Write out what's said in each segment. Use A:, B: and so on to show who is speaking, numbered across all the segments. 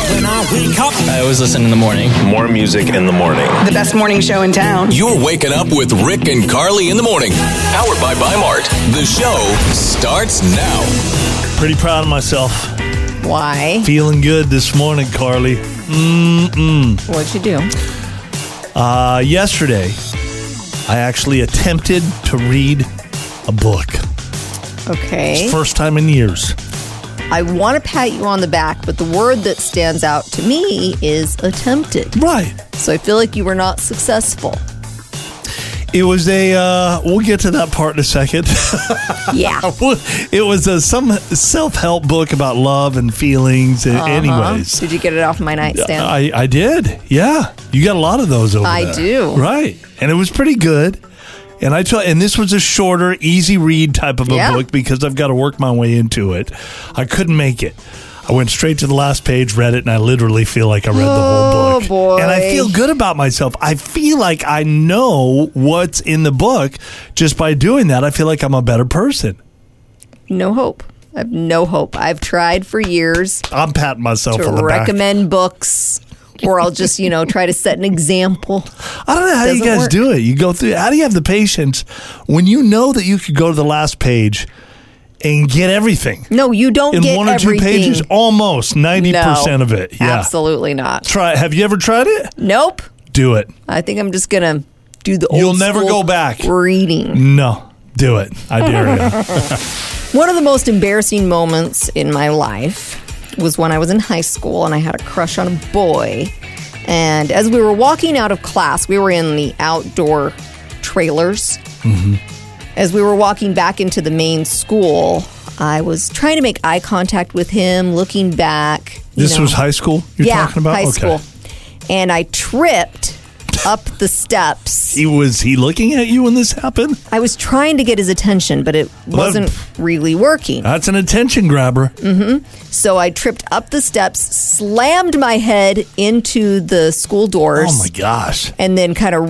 A: wake up. I always listen in the morning.
B: More music in the morning.
C: The best morning show in town.
D: You're waking up with Rick and Carly in the morning. Powered by Mart. The show starts now.
E: Pretty proud of myself.
F: Why?
E: Feeling good this morning, Carly.
F: What'd you do?
E: Uh, yesterday, I actually attempted to read a book.
F: Okay.
E: First time in years.
F: I want to pat you on the back, but the word that stands out to me is attempted.
E: Right.
F: So I feel like you were not successful.
E: It was a. Uh, we'll get to that part in a second.
F: Yeah.
E: it was a some self help book about love and feelings. And Anyways,
F: Did you get it off my nightstand?
E: I I did. Yeah, you got a lot of those over
F: I
E: there.
F: do.
E: Right, and it was pretty good. And I tell, and this was a shorter, easy read type of a
F: Yeah.
E: book because I've got to work my way into it. I couldn't make it. I went straight to the last page, read it, and I literally feel like I read the whole
F: Oh,
E: book.
F: boy.
E: And I feel good about myself. I feel like I know what's in the book just by doing that. I feel like I'm a better person.
F: no hope. I have no hope. I've tried for years
E: I'm patting myself
F: to
E: on the back.
F: recommend books, or I'll just, you know, try to set an example.
E: I don't know how you
F: Doesn't
E: guys
F: work.
E: do it. You go through. How do you have the patience when you know that you could go to the last page and get everything
F: No, you don't
E: in
F: get
E: one or two
F: everything.
E: pages? Almost ninety
F: No,
E: percent of it. Yeah.
F: Absolutely not.
E: Try. Have you ever tried it?
F: Nope.
E: Do it.
F: I think I'm just gonna do the.
E: You'll
F: old
E: never
F: school
E: go back.
F: Reading.
E: No. Do it. I dare you.
F: One of the most embarrassing moments in my life was when I was in high school and I had a crush on a boy. And as we were walking out of class, we were in the outdoor trailers.
E: Mm-hmm.
F: As we were walking back into the main school, I was trying to make eye contact with him, looking back. you
E: This
F: know.
E: was high school. You're
F: yeah,
E: talking about
F: high
E: okay.
F: school, and I tripped up the steps.
E: He was he looking at you when this happened?
F: I was trying to get his attention, but it wasn't really working.
E: That's an attention grabber.
F: Mm-hmm. So I tripped up the steps, slammed my head into the school doors,
E: Oh my gosh.
F: and then kind of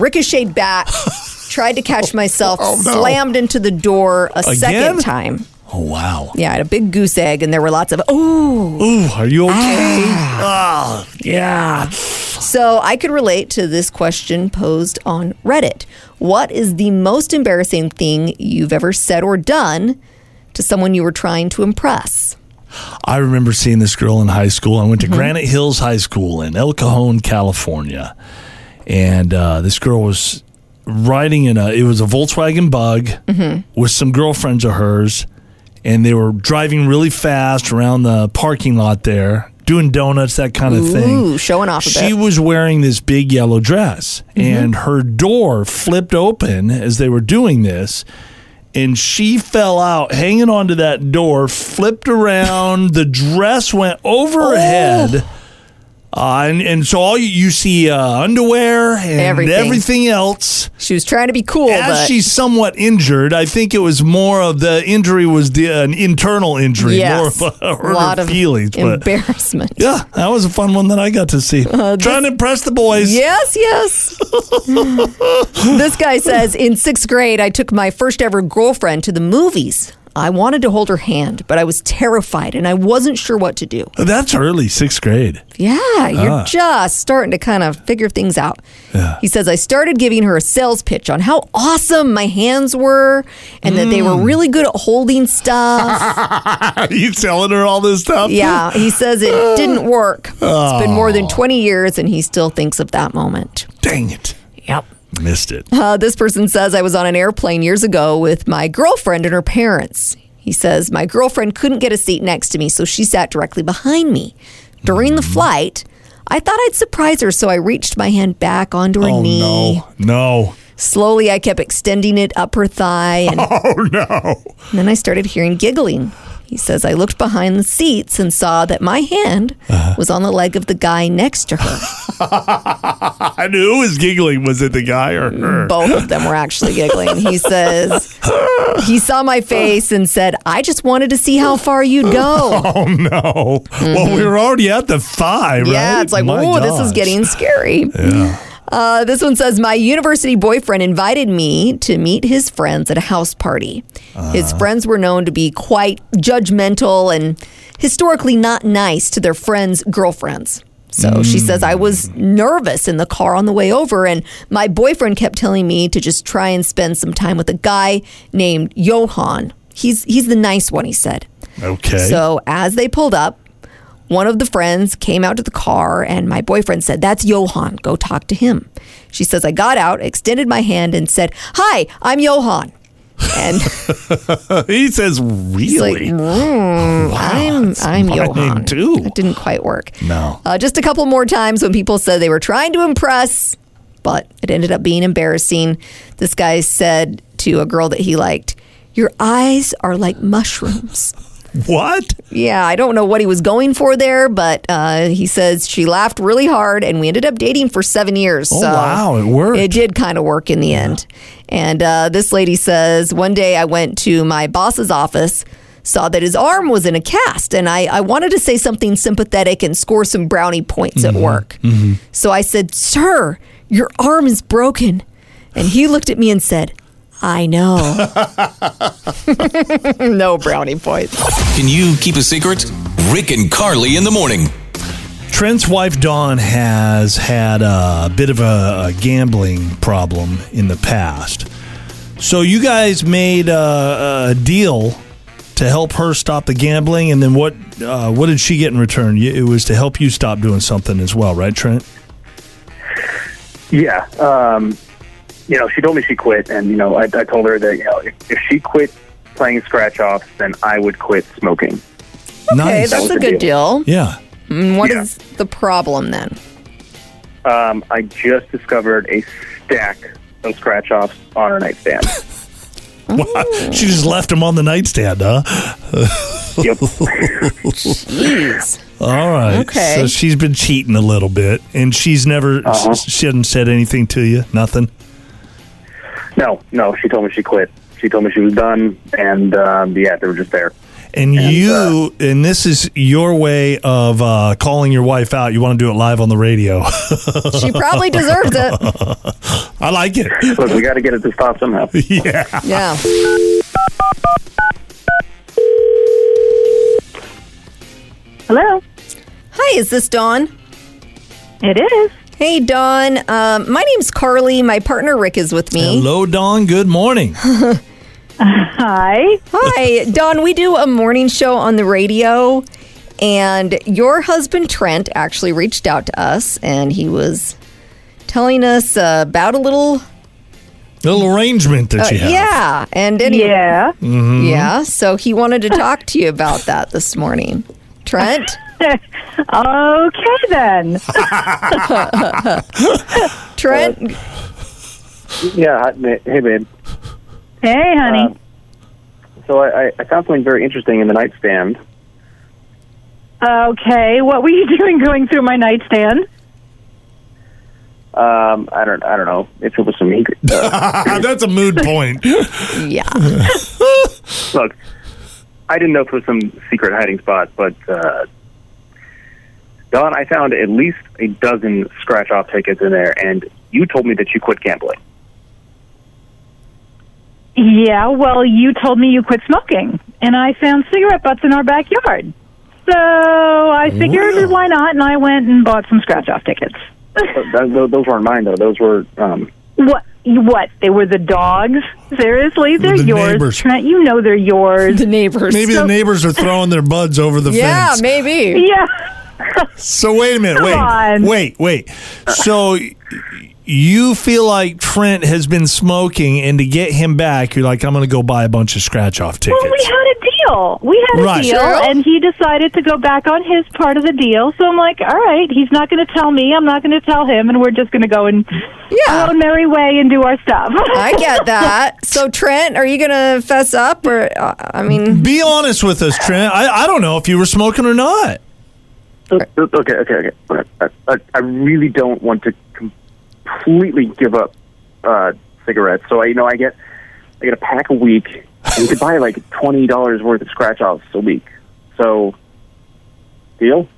F: ricocheted back, tried to catch myself, slammed into the door a
E: Oh, Again?
F: second time.
E: Oh wow.
F: Yeah, I had a big goose egg, and there were lots of, ooh.
E: Ooh, are you okay? Ah.
F: Yeah. So I could relate to this question posed on Reddit. What is the most embarrassing thing you've ever said or done to someone you were trying to impress?
E: I remember seeing this girl in high school. I went to Granite Hills High School in El Cajon, California, and uh, this girl was riding in a. It was a Volkswagen Bug with some girlfriends of hers, and they were driving really fast around the parking lot there, doing donuts, that kind of thing.
F: Ooh, showing off Mm-hmm. a bit.
E: She was wearing this big yellow dress, and her door flipped open as they were doing this. And she fell out, hanging onto that door, flipped around. the dress went over
F: Oh.
E: her head. Uh, and, and so all you, you see uh, underwear and
F: Everything.
E: everything else.
F: She was trying to be cool,
E: As
F: but
E: she's somewhat injured, I think it was more of the injury was the, an internal injury,
F: yes,
E: more of a hurt her
F: lot of
E: feelings. but
F: embarrassment.
E: yeah, that was a fun one that I got to see.
F: Uh,
E: Trying to impress the boys.
F: Yes, yes. this guy says in sixth grade, I took my first ever girlfriend to the movies. I wanted to hold her hand, but I was terrified and I wasn't sure what to do.
E: That's early, sixth grade.
F: Yeah, you're
E: Ah.
F: just starting to kind of figure things out. He says, I started giving her a sales pitch on how awesome my hands were and that they were
E: Mm.
F: really good at holding stuff.
E: Are you telling her all this stuff?
F: yeah, he says it didn't work. It's been
E: Oh.
F: more than 20 years and he still thinks of that moment.
E: Dang it.
F: Yep.
E: Missed it.
F: Uh, this person says, I was on an airplane years ago with my girlfriend and her parents. He says, My girlfriend couldn't get a seat next to me, so she sat directly behind me. During
E: Mm-hmm.
F: the flight, I thought I'd surprise her, so I reached my hand back onto her
E: Oh,
F: knee.
E: no. No.
F: Slowly, I kept extending it up her thigh, and,
E: Oh, no.
F: and then I started hearing giggling. He says, I looked behind the seats and saw that my hand
E: Uh-huh.
F: was on the leg of the guy next to her.
E: I knew who was giggling. Was it the guy or her?
F: both of them were actually giggling. He says, he saw my face and said, I just wanted to see how far you'd go.
E: Oh, no. Well, we were already at the five, right?
F: Mm-hmm. Yeah, it's like,
E: My
F: whoa, this is
E: gosh.
F: getting scary. Uh, this one says, My university boyfriend invited me to meet his friends at a house party. His friends were known to be quite judgmental and historically not nice to their friends' girlfriends. So she says, I was nervous in the car on the way over, and my boyfriend kept telling me to just try and spend some time with a guy named Johan. He's, he's the nice one, he said.
E: Okay.
F: So as they pulled up, one of the friends came out to the car, and my boyfriend said, That's Johan. Go talk to him. She says, I got out, extended my hand, and said, Hi, I'm Johan. And
E: he says, really?
F: like, "Mm." I'm, I'm
E: mine
F: Johan.
E: too.
F: That didn't quite work.
E: No.
F: Uh, just a couple more times when people said they were trying to impress, but it ended up being embarrassing. This guy said to a girl that he liked, Your eyes are like mushrooms.
E: what?
F: Yeah, I don't know what he was going for there, but uh, he says she laughed really hard, and we ended up dating for seven years.
E: Oh,
F: so
E: wow, it worked.
F: It did kind of work in the end. And uh, this lady says one day I went to my boss's office, saw that his arm was in a cast, and I, I wanted to say something sympathetic and score some brownie points
E: Mm-hmm,
F: at work. So I said, "Sir, your arm is broken," and he looked at me and said, "I know." no brownie points.
D: Can you keep a secret? Rick and Carly in the morning.
E: Trent's wife Dawn has had a bit of a, a gambling problem in the past. So you guys made a, a deal to help her stop the gambling, and then what? Uh, what did she get in return? You- It was to help you stop doing something as well, right, Trent?
B: Yeah. Um, you know, she told me she quit, and you know, I, I told her that you know, if, if she quit playing scratch offs, then I would quit smoking.
F: Okay,
E: nice.
F: that's
B: was
F: a
B: the
F: good deal.
E: yeah.
F: And what is
B: Yeah.
F: the problem then?
B: Um, I just discovered a stack of scratch offs on her nightstand.
E: She just left him on the nightstand, huh?
B: yep.
F: Jeez.
E: All right.
F: Okay.
E: So she's been cheating a little bit, and she's never.
B: Uh-huh.
E: She, she hadn't said anything to you. Nothing.
B: No, no. She told me she quit. She told me she was done, and um, yeah, they were just there.
E: And, you, and this is your way of uh, calling your wife out. You want to do it live on the radio.
F: She probably deserves it.
E: I like it.
B: Look, we got to get it to stop somehow.
E: Yeah.
F: Yeah.
G: Hello.
F: Hi, is this Dawn?
G: It is.
F: Hey, Dawn. Um, my name's Carly. My partner Rick is with me.
E: Hello, Dawn. Good morning.
G: Hi.
F: Hi, Dawn. We do a morning show on the radio, and your husband Trent actually reached out to us, and he was telling us uh, about a little.
E: Little arrangement that
F: uh,
E: you have.
F: yeah, and anyway,
G: Yeah.
E: Mm-hmm.
F: yeah. So he wanted to talk to you about that this morning, Trent.
G: Okay then.
F: Trent,
B: Yeah. hi- Hey, babe.
G: Hey, honey.
B: So I, I- I found something very interesting in the nightstand.
G: Uh, okay. What were you doing going through my nightstand?
B: Um, I don't. I don't know if it was some. ink- Uh,
E: That's a mood point.
F: yeah.
B: Look, I didn't know if it was some secret hiding spot, but uh, Don, I found at least a dozen scratch off tickets in there, and you told me that you quit gambling.
G: Yeah. Well, you told me you quit smoking, and I found cigarette butts in our backyard. So I figured,
E: Wow.
G: why not? And I went and bought some scratch off tickets.
B: Th- th- those weren't mine, though. Those were. Um,
G: What? What? They were the dogs. Seriously, they're
E: The
G: yours,
E: neighbors.
G: Trent. You know they're yours.
F: the neighbors.
E: Maybe the neighbors are throwing their buds over the
F: yeah,
E: fence.
F: maybe.
G: yeah.
E: So wait a minute. Wait.
G: on.
E: Wait. Wait. So y- you feel like Trent has been smoking, and to get him back, you're like, I'm going to go buy a bunch of scratch off tickets.
G: Well, we had a deal. We had a
E: Right.
G: deal,
F: Sure.
G: and he decided to go back on his part of the deal. So I'm like, all right, he's not going to tell me. I'm not going to tell him, and we're just going to go and
F: Yeah.
E: Ah.
G: our own merry way and do our stuff.
F: I get that. So Trent, are you gonna fess up or uh, I mean,
E: Be honest with us, Trent. I, I don't know if you were smoking or not.
B: okay, okay, okay. okay. I, I, I really don't want to completely give up uh, cigarettes, so I, you know, I get, I get a pack a week, and you could buy like twenty dollars worth of scratch offs a week. So, deal.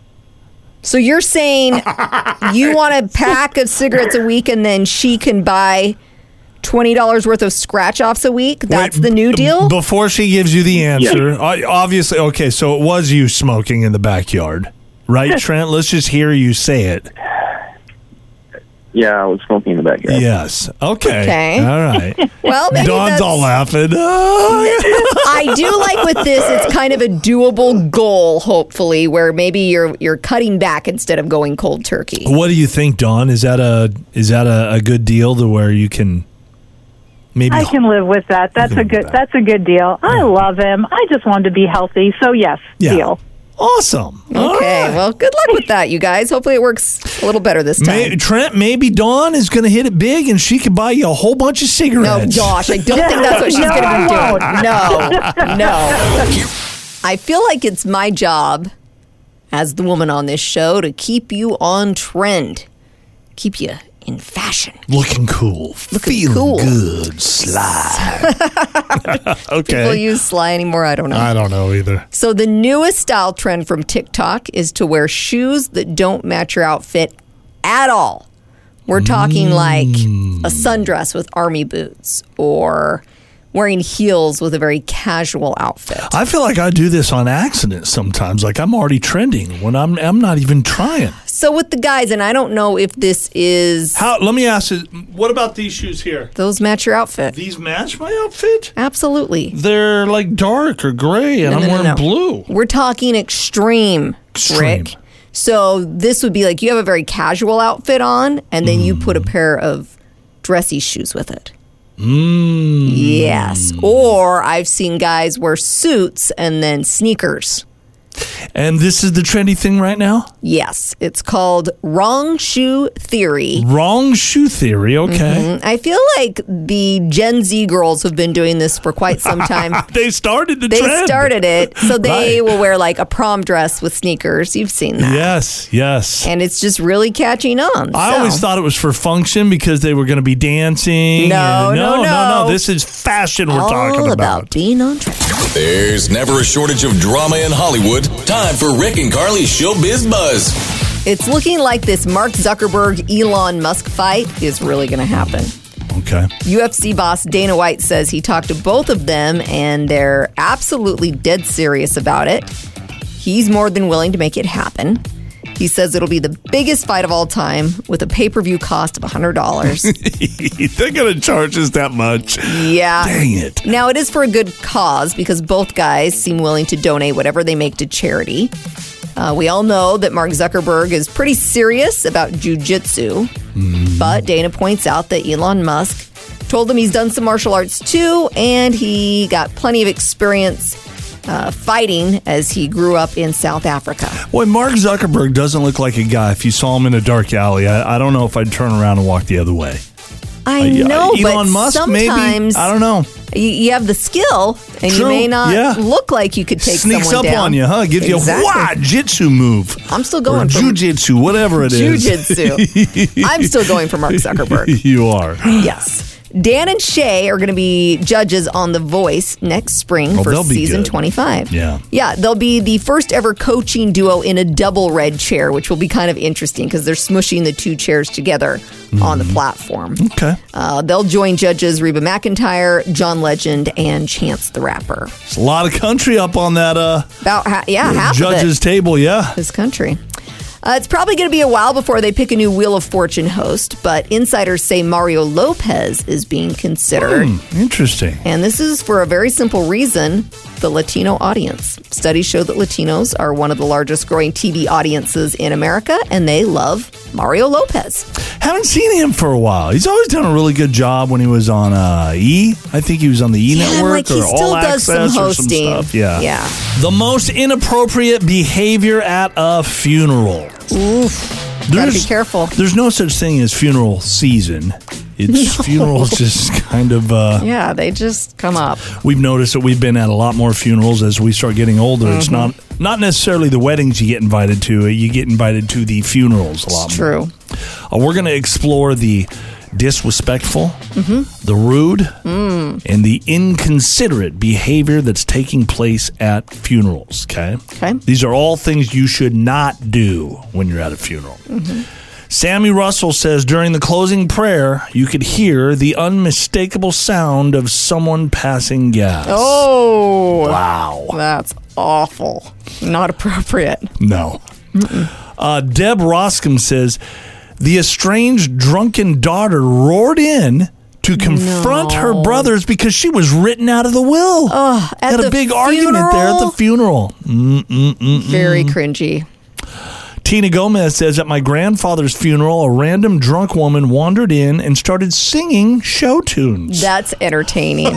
F: so you're saying you want a pack of cigarettes a week, and then she can buy twenty dollars worth of scratch offs a week? That's
E: Wait,
F: the new
E: b-
F: deal.
E: Before she gives you the answer, I- obviously, okay, so it was you smoking in the backyard. right, Trent? Let's just hear you say it.
B: Yeah, I was smoking in the backyard.
E: Yes. Okay.
F: Okay.
E: All right.
F: Well, maybe
E: Dawn's
F: that's-
E: all laughing. Oh,
F: I do like with this. It's kind of a doable goal, hopefully, where maybe you're you're cutting back instead of going cold turkey.
E: What do you think, Dawn? Is that a is that a, a good deal to where you can maybe
G: I can live with that. That's
E: can
G: a
E: live with
G: good.
E: that.
G: That's a good deal. I love him. I just want him to be healthy. So yes,
E: Yeah.
G: deal.
E: Awesome. All
F: Okay.
E: right.
F: Well, good luck with that, you guys. Hopefully, it works a little better this time.
E: May, Trent, maybe Dawn is going to hit it big, and she could buy you a whole bunch of
F: No,
E: cigarettes.
F: Oh, gosh, I don't think that's what she's
G: No,
F: going to be
G: I
F: doing. No, no. I feel like it's my job as the woman on this show to keep you on trend, keep you in fashion.
E: Looking cool, feeling
F: cool.
E: good, sly. okay.
F: People use sly anymore? I don't know.
E: I don't know either.
F: So the newest style trend from TikTok is to wear shoes that don't match your outfit at all. We're talking like a sundress with army boots or wearing heels with a very casual outfit.
E: I feel like I do this on accident sometimes. Like I'm already trending when I'm I'm not even trying.
F: So with the guys, and I don't know if this is
E: How? Let me ask you. What about these shoes here?
F: those match your outfit.
E: These match my outfit.
F: Absolutely.
E: They're like dark or gray, and
F: No,
E: I'm
F: no, no,
E: wearing
F: no.
E: blue.
F: We're talking extreme,
E: Extreme.
F: Rick. So this would be like you have a very casual outfit on, and then you
E: Mm.
F: put a pair of dressy shoes with it. Mm. Yes. Or I've seen guys wear suits and then sneakers.
E: And this is the trendy thing right now.
F: Yes. It's called wrong shoe theory.
E: Wrong shoe theory. Okay.
F: I feel like the Gen Z girls have been doing this for quite some time.
E: They started the
F: They
E: trend.
F: started it. So they
E: Right.
F: will wear like a prom dress with sneakers. You've seen that.
E: Yes. Yes.
F: And it's just really catching on.
E: I
F: So,
E: always thought it was for function because they were going to be dancing.
F: No,
E: and-
F: no,
E: no, no,
F: no.
E: This is fashion we're
F: all
E: talking about.
F: being on track.
D: There's never a shortage of drama in Hollywood. Time for Rick and Carly's Showbiz Buzz.
F: It's looking like this Mark Zuckerberg Elon Musk fight is really going to happen.
E: Okay.
F: UFC boss Dana White says he talked to both of them and they're absolutely dead serious about it. He's more than willing to make it happen. He says it'll be the biggest fight of all time with a pay per view cost of $100.
E: They're going to charge us that much.
F: yeah.
E: Dang it.
F: Now, it is for a good cause because both guys seem willing to donate whatever they make to charity. Uh, we all know that Mark Zuckerberg is pretty serious about jujitsu, but Dana points out that Elon Musk told him he's done some martial arts too, and he got plenty of experience uh, fighting as he grew up in South Africa.
E: Boy, Mark Zuckerberg doesn't look like a guy. If you saw him in a dark alley, I, I don't know if I'd turn around and walk the other way.
F: I know,
E: Uh, Elon
F: but
E: Musk,
F: sometimes
E: maybe. I don't know.
F: you, you have the skill, and you
E: True,
F: may not
E: yeah.
F: look like you could take
E: Sneaks up
F: someone down.
E: on you, huh? Gives
F: Exactly.
E: you a wah jitsu move.
F: I'm still
E: or
F: going for
E: jujitsu, whatever it is.
F: jujitsu. I'm still going for Mark Zuckerberg.
E: you are.
F: Yes. Dan and Shay are going to be judges on The Voice next spring
E: Oh,
F: for
E: they'll be
F: season
E: good.
F: 25.
E: Yeah.
F: Yeah, they'll be the first ever coaching duo in a double red chair, which will be kind of interesting because they're smushing the two chairs together on the platform.
E: Mm-hmm. Okay.
F: Uh, they'll join judges Reba McIntyre, John Legend, and Chance the Rapper.
E: It's a lot of country up on that uh,
F: About, ha- yeah, half of it.
E: judges table, yeah.
F: this country. Uh, it's probably going to be a while before they pick a new Wheel of Fortune host, but insiders say Mario Lopez is being considered.
E: Hmm, Interesting.
F: And this is for a very simple reason the Latino audience. Studies show that Latinos are one of the largest growing TV audiences in America, and they love Mario Lopez.
E: Haven't seen him for a while. He's always done a really good job when he was on uh, E. I think he was on the E
F: Yeah,
E: network
F: like
E: or
F: he still
E: All
F: does some
E: Access or
F: hosting.
E: some stuff. Yeah.
F: Yeah.
E: The most inappropriate behavior at a funeral.
F: Oof. Gotta be careful.
E: There's no such thing as funeral season. It's funerals just kind of uh,
F: Yeah, they just come up.
E: we've noticed that we've been at a lot more funerals as we start getting older. It's not
F: Mm-hmm.
E: not necessarily the weddings you get invited to. You get invited to the funerals a lot more.
F: True.
E: Uh, we're going to explore the disrespectful,
F: Mm-hmm.
E: the rude,
F: Mm.
E: and the inconsiderate behavior that's taking place at funerals. Okay.
F: Okay.
E: These are all things you should not do when you're at a funeral.
F: Mm-hmm.
E: Sammy Russell says during the closing prayer, you could hear the unmistakable sound of someone passing gas.
F: Oh,
E: Wow.
F: that's awful. Not appropriate.
E: No. Uh, Deb Roscom says the estranged drunken daughter roared in to confront
F: No.
E: her brothers because she was written out of the will. Oh,
F: at
E: Had a
F: the
E: big argument there at the mm.
F: funeral?
E: funeral.
F: Very cringy.
E: Tina Gomez says at my grandfather's funeral, a random drunk woman wandered in and started singing show tunes.
F: That's entertaining.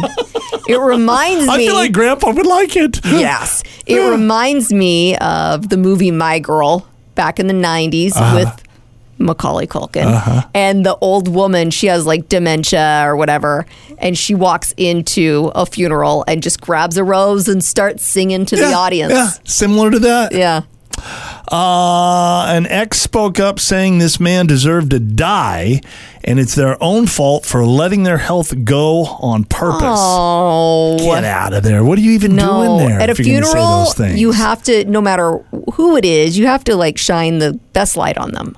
F: it reminds
E: I
F: me.
E: feel like Grandpa would like it.
F: yes, it reminds me of the movie My Girl back in the '90s
E: Uh-huh.
F: with Macaulay Culkin and the old woman. She has like dementia or whatever, and she walks into a funeral and just grabs a rose and starts singing to the
E: Yeah,
F: audience.
E: Yeah, similar to that.
F: yeah.
E: Uh, an ex spoke up saying this man deserved to die, and it's their own fault for letting their health go on purpose.
F: Oh.
E: Get out of there! What are you even
F: No,
E: doing there?
F: at a
E: if you're gonna say
F: funeral,
E: those things?
F: you have to, no matter who it is, you have to like shine the best light on them.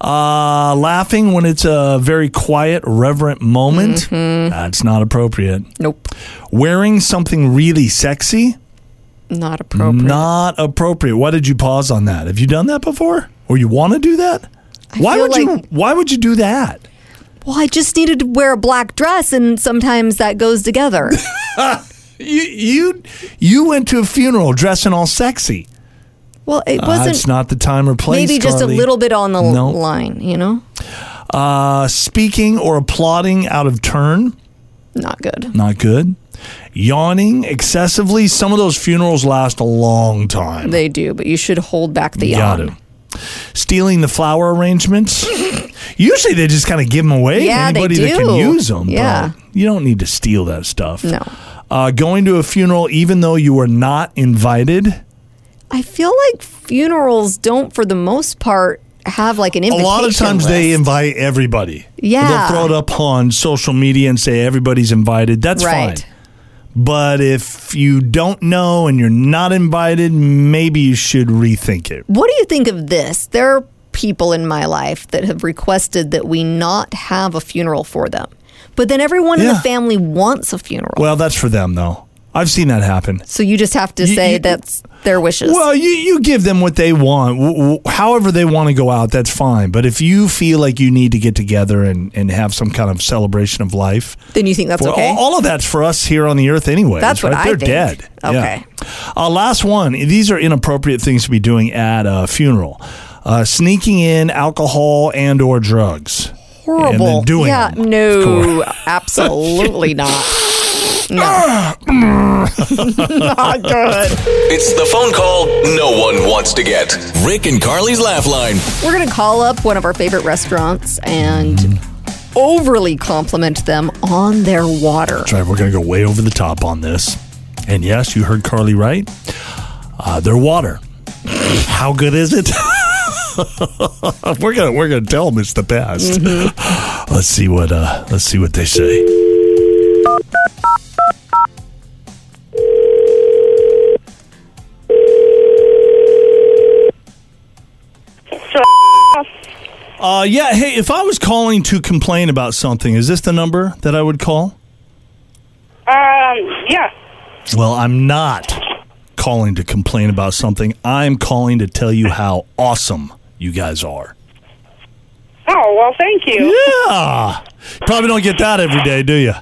E: uh, laughing when it's a very quiet, reverent moment.
F: Mm-hmm.
E: That's not appropriate.
F: Nope,
E: Wearing something really sexy,
F: not appropriate.
E: not appropriate. Why did you pause on that? Have you done that before, or you want to do that? why
F: feel
E: would you?
F: like-
E: Why would you do that?
F: Well, I just needed to wear a black dress, and sometimes that goes together.
E: You you you went to a funeral dressing all sexy.
F: Well, it
E: That's
F: wasn't
E: Uh, not the time or place.
F: maybe just a
E: Carly.
F: little bit on the
E: No.
F: line, you know?
E: Uh, speaking or applauding out of turn,
F: Not good.
E: not good. Yawning excessively. Some of those funerals last a long time.
F: They do, but you should hold back the
E: Got
F: yawn.
E: to. Stealing the flower arrangements. Usually they just kind of give them away.
F: Yeah, they
E: Anybody that can
F: do.
E: use them.
F: Yeah.
E: you don't need to steal that stuff.
F: No.
E: Uh, going to a funeral even though you were not invited.
F: I feel like funerals don't, for the most part, have like an
E: a
F: invitation.
E: lot of times they
F: list.
E: invite everybody.
F: Yeah.
E: They'll throw it up on social media and say everybody's invited. That's
F: Right.
E: fine. But if you don't know and you're not invited, maybe you should rethink it.
F: What do you think of this? There are people in my life that have requested that we not have a funeral for them, but then everyone in
E: Yeah.
F: the family wants a funeral.
E: Well, that's for them though. I've seen that happen.
F: so you just have to
E: You-
F: say
E: you-
F: that's their wishes.
E: Well, you, you give them what they want. W- w- however they want to go out, that's fine. But if you feel like you need to get together and, and have some kind of celebration of life,
F: then you think that's
E: Well,
F: okay.
E: all, all of that's for us here on the earth anyway.
F: That's what
E: right.
F: I
E: They're
F: think.
E: dead.
F: Okay.
E: Yeah. Uh, last one. These are inappropriate things to be doing at a funeral. Uh, sneaking in alcohol and or drugs.
F: horrible.
E: And then doing
F: yeah,
E: them, of
F: no, absolutely not. No. not good.
D: It's the phone call no one wants to get. Rick and Carly's Laugh Line.
F: We're going to call up one of our favorite restaurants and
E: Mm-hmm.
F: overly compliment them on their water.
E: That's right. We're going to go way over the top on this. And yes, you heard Carly right. Uh, their water. How good is it? we're gonna we're gonna tell them it's the best. Let's see what uh, let's see what they say. Uh, yeah. Hey, if I was calling to complain about something, is this the number that I would call?
H: Um, yeah.
E: Well, I'm not calling to complain about something. I'm calling to tell you how awesome you guys are.
H: Oh, well, thank you.
E: Yeah. Probably don't get that every day, do you?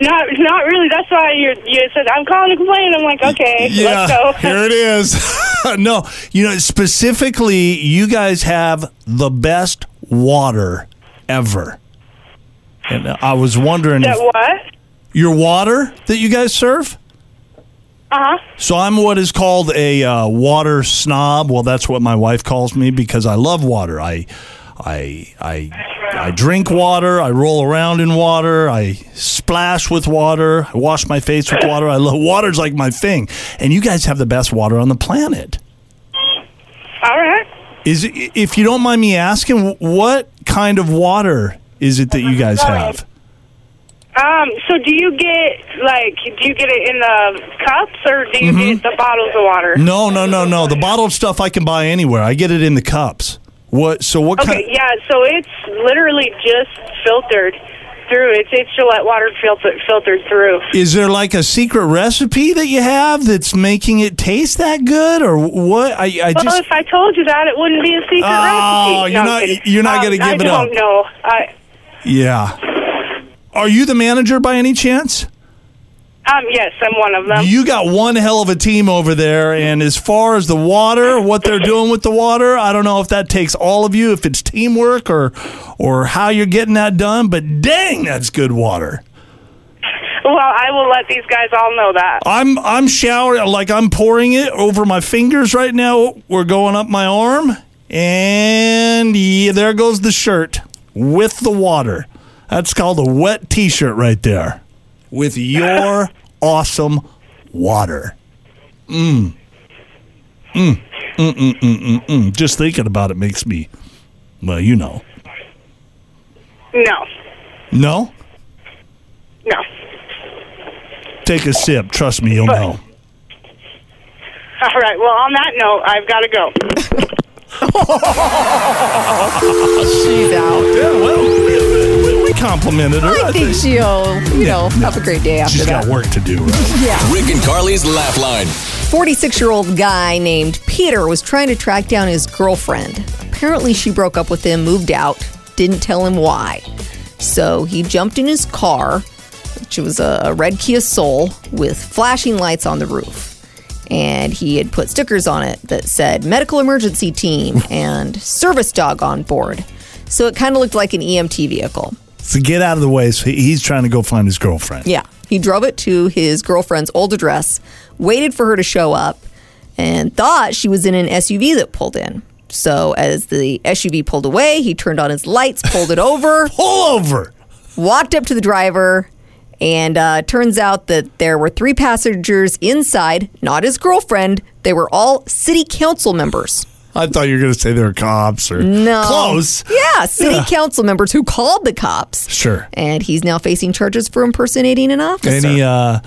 H: Not, not really. That's why you you said I'm calling to complain. I'm like, okay, let's go.
E: Here it is. no, you know, specifically, you guys have the best water ever. And I was wondering
H: That
E: if
H: what?
E: your water that you guys serve?
H: Uh huh.
E: So I'm what is called a uh, water snob. Well, that's what my wife calls me because I love water. I, I, I, I drink water. I roll around in water. I splash with water. I wash my face with water. I love water's like my thing. And you guys have the best water on the planet.
H: All right.
E: Is if you don't mind me asking, what kind of water is it that you guys have?
H: Um, so do you get like do you get it in the cups or do you get the bottles of water?
E: Mm-hmm. No, no, no, no. The bottled stuff I can buy anywhere. I get it in the cups. What? So what kind?
H: Okay, yeah. So it's literally just filtered. through. It's it's Gillette water filtered filtered through.
E: Is there like a secret recipe that you have that's making it taste that good, or what? I, I
H: Well,
E: just
H: if I told you that, it wouldn't be a secret
E: Oh,
H: recipe.
E: you're
H: I'm
E: not-
H: kidding.
E: you're not
H: Um,
E: gonna give
H: I
E: it
H: don't
E: up.
H: know. I
E: yeah. Are you the manager by any chance?
H: um yes, I'm one of them.
E: You got one hell of a team over there, and as far as the water, what they're doing with the water, I don't know if that takes all of you, if it's teamwork or or how you're getting that done. But dang, that's good water.
H: well, I will let these guys all know that.
E: I'm I'm showering like I'm pouring it over my fingers right now. We're going up my arm, and yeah, there goes the shirt with the water. That's called a wet T-shirt right there, with your awesome water. Mm. Mm. Mm. Mm. Mm. Mm. Just thinking about it makes me, well, you know,
H: No,
E: no.
H: no.
E: Take a sip. Trust me, you'll know.
H: All right. Well, on that note, I've got to go.
F: She's out.
E: Yeah, well, we, we, we complimented her.
F: I think she'll, you know, have a great day after
E: She's
F: that.
E: got work to do, right?
D: Rick and Carly's Laugh Line.
F: 46 year old guy named Peter was trying to track down his girlfriend. Apparently, she broke up with him, moved out, didn't tell him why. So he jumped in his car, which was a a red Kia Soul with flashing lights on the roof. And he had put stickers on it that said medical emergency team and service dog on board. So it kind of looked like an EMT vehicle.
E: So get out of the way. So he- he's trying to go find his girlfriend.
F: Yeah. He drove it to his girlfriend's old address, waited for her to show up, and thought she was in an SUV that pulled in. So as the SUV pulled away, he turned on his lights, pulled it over,
E: Pull over.
F: walked up to the driver, and uh, turns out that there were three passengers inside, not his girlfriend. They were all city council members.
E: I thought you were going to say they were cops or
F: No.
E: close.
F: Yeah, city council members who called the cops.
E: Sure.
F: And he's now facing charges for impersonating an officer.
E: Any uh,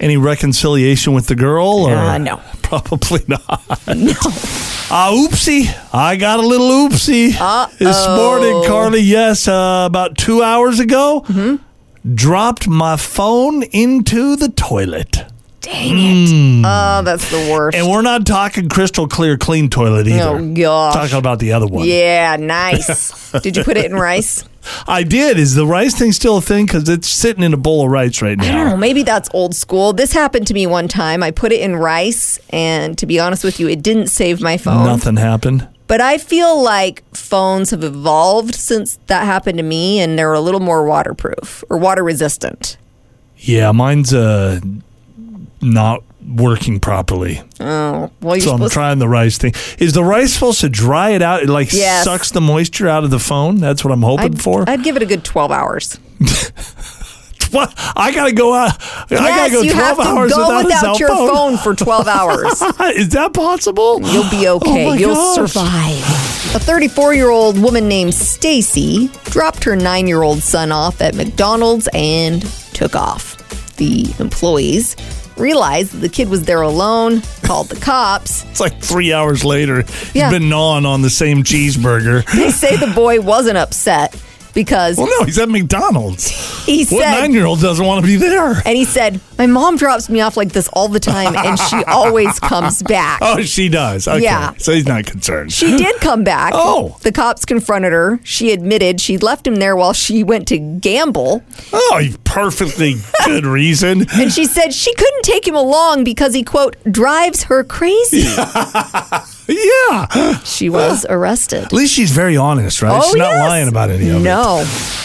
E: any reconciliation with the girl? Or?
F: Uh, no.
E: probably not. Uh, oopsie! I got a little oopsie this morning, Carly. Yes, uh, about two hours ago,
F: Mm-hmm.
E: dropped my phone into the toilet.
F: oh, that's the worst.
E: And we're not talking crystal clear, clean toilet either.
F: Oh, gosh.
E: Talking about the other one.
F: Yeah, nice. Did you put it in rice?
E: I did. Is the rice thing still a thing? Because it's sitting in a bowl of rice right
F: I don't know.
E: now.
F: Maybe that's old school. This happened to me one time. I put it in rice, and to be honest with you, it didn't save my phone.
E: Nothing happened.
F: But I feel like phones have evolved since that happened to me, and they're a little more waterproof or water resistant.
E: Yeah, mine's uh not working properly.
F: Well, you're
E: So I'm
F: supposed
E: trying the rice thing. Is the rice supposed to dry it out? It like
F: Yes.
E: sucks the moisture out of the phone. That's what I'm hoping
F: I'd,
E: for.
F: I'd give it a good 12 hours.
E: what? I gotta go out. I
F: yes,
E: gotta go
F: you
E: 12
F: have to
E: hours
F: go
E: without,
F: without,
E: a cell
F: your
E: phone.
F: phone for 12 hours.
E: Is that possible?
F: You'll be okay.
E: Oh my
F: You'll
E: gosh.
F: survive. A 34 year old woman named Stacy dropped her nine year old son off at McDonald's and took off. The employees realized that the kid was there alone, called the cops.
E: It's like three hours later.
F: Yeah.
E: He's been gnawing on the same cheeseburger.
F: They say the boy wasn't upset because
E: well, no, he's at McDonald's.
F: he
E: What nine
F: said.
E: year old doesn't want to be there?
F: And he said, My mom drops me off like this all the time, and she always comes back.
E: Oh, she does. Okay.
F: Yeah.
E: So he's not concerned.
F: She did come back.
E: Oh.
F: The cops confronted her. She admitted she left him there while she went to gamble.
E: oh, you perfectly good reason.
F: And she said she couldn't take him along because he, quote, drives her crazy.
E: Yeah. At
F: She was arrested.
E: least she's very honest, right? she's not
F: Oh, yes.
E: lying about any of it.
F: No.